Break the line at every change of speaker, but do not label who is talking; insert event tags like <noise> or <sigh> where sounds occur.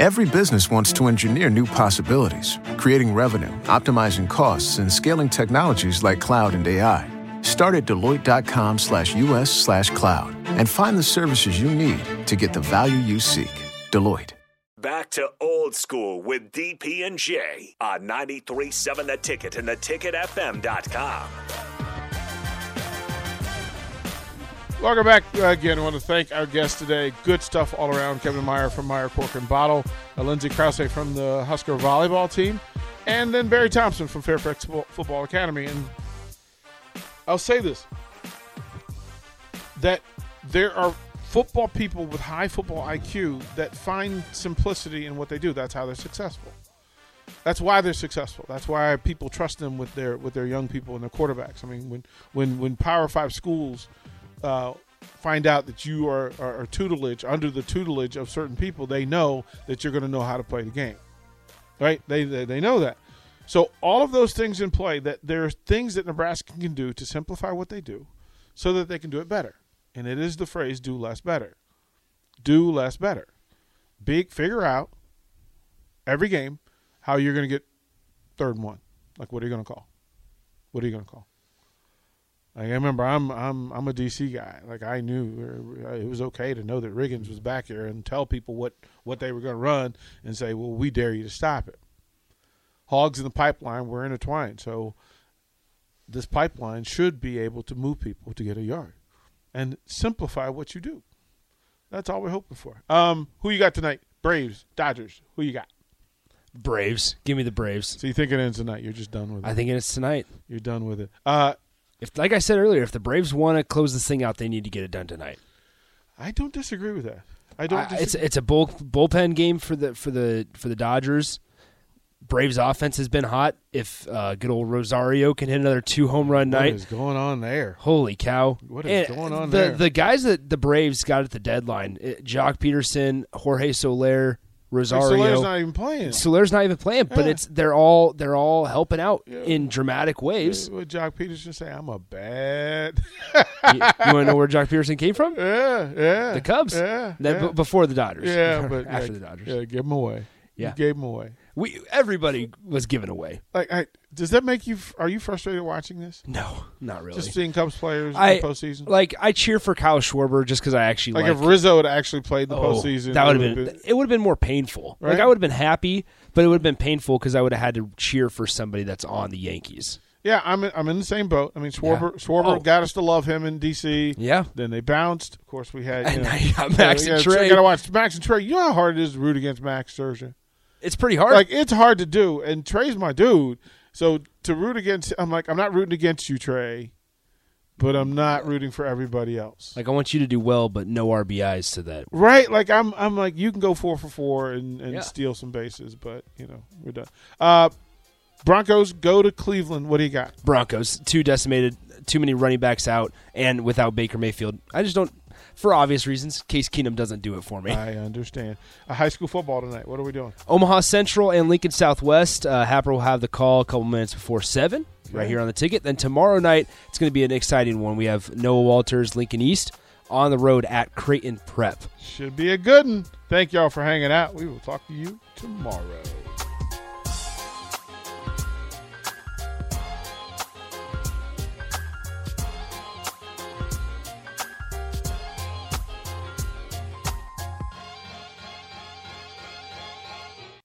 Every business wants to engineer new possibilities, creating revenue, optimizing costs, and scaling technologies like cloud and AI. Start at Deloitte.com slash US slash cloud and find the services you need to get the value you seek. Deloitte.
Back to old school with DP and J on 937 the ticket and the ticketfm.com.
Welcome back uh, again. I want to thank our guests today. Good stuff all around. Kevin Meyer from Meyer Cork and Bottle, uh, Lindsey Krause from the Husker volleyball team, and then Barry Thompson from Fairfax Fo- Football Academy. And I'll say this: that there are football people with high football IQ that find simplicity in what they do. That's how they're successful. That's why they're successful. That's why people trust them with their with their young people and their quarterbacks. I mean, when when when Power Five schools uh, find out that you are, are, are tutelage under the tutelage of certain people, they know that you're going to know how to play the game, right? They, they they know that. So all of those things in play that there are things that Nebraska can do to simplify what they do, so that they can do it better. And it is the phrase "do less better," do less better. Big figure out every game how you're going to get third and one. Like what are you going to call? What are you going to call? Like I remember, I'm I'm I'm a DC guy. Like I knew uh, it was okay to know that Riggins was back here and tell people what what they were going to run and say, "Well, we dare you to stop it." Hogs in the pipeline were intertwined, so this pipeline should be able to move people to get a yard and simplify what you do. That's all we're hoping for. Um, who you got tonight? Braves, Dodgers. Who you got?
Braves. Give me the Braves.
So you think it ends tonight? You're just done with it.
I think it's tonight.
You're done with it. Uh,
If like I said earlier, if the Braves want to close this thing out, they need to get it done tonight.
I don't disagree with that. I don't.
I,
disagree.
it's it's a bull, bullpen game for the for the for the Dodgers. Braves offense has been hot. If uh, good old Rosario can hit another two home run
What
night,
is going on there?
Holy cow!
What is
And
going on
the,
there?
The guys that the Braves got at the deadline: it, Jock Peterson, Jorge Soler,
Like,
Rosario.
Soler's not even playing.
Soler's not even playing, but
Yeah.
it's they're all they're all helping out
Yeah.
in dramatic waves.
What Jock Peterson say? I'm a bad. <laughs>
you you want to know where Jock Peterson came from?
yeah, yeah.
The Cubs.
Yeah,
That-
yeah.
b- before the Dodgers. <laughs>
Yeah, but
after
yeah,
the Dodgers,
yeah, give them away.
Yeah.
you gave them away.
we everybody was given away.
Like, I, does that make you? Are you frustrated watching this?
No, not really.
Just seeing Cubs players
I-
in the postseason. Like,
like I cheer for Kyle Schwarber just because I actually like,
if Rizzo had actually played the
Oh,
postseason,
That
it
would have
would've
been, it would have been more painful. Like
Right?
I would have been happy, but it would have been painful because I would have had to cheer for somebody that's on the Yankees.
Yeah, I'm in, I'm in the same boat. I mean, Schwarber Schwarber
Oh.
got us to love him in D.C.
Yeah.
Then they bounced. Of course, we had you
And
know,
now you got Max
yeah,
and
yeah,
Trey.
Gotta watch Max and Trey. You know how hard it is to root against Max Scherzer.
It's pretty hard.
Like it's hard to do, and Trey's my dude. So to root against, I'm like, I'm not rooting against you, Trey, but I'm not rooting for everybody else.
Like, I want you to do well, but no RBIs to that.
Right? Like I'm, I'm like, you can go four for four and, and
Yeah.
steal some bases, but you know we're done. Uh, Broncos go to Cleveland. What do you got?
Broncos too decimated, too many running backs out, and without Baker Mayfield, I just don't. For obvious reasons, Case Keenum doesn't do it for me.
I understand. Uh, high school football tonight. What are we doing?
Omaha Central and Lincoln Southwest. Uh, Happer will have the call a couple minutes before seven, right
Okay.
here on the ticket. Then tomorrow night, it's going to be an exciting one. We have Noah Walters, Lincoln East, on the road at Creighton Prep.
Should be a good one. Thank y'all for hanging out. We will talk to you tomorrow.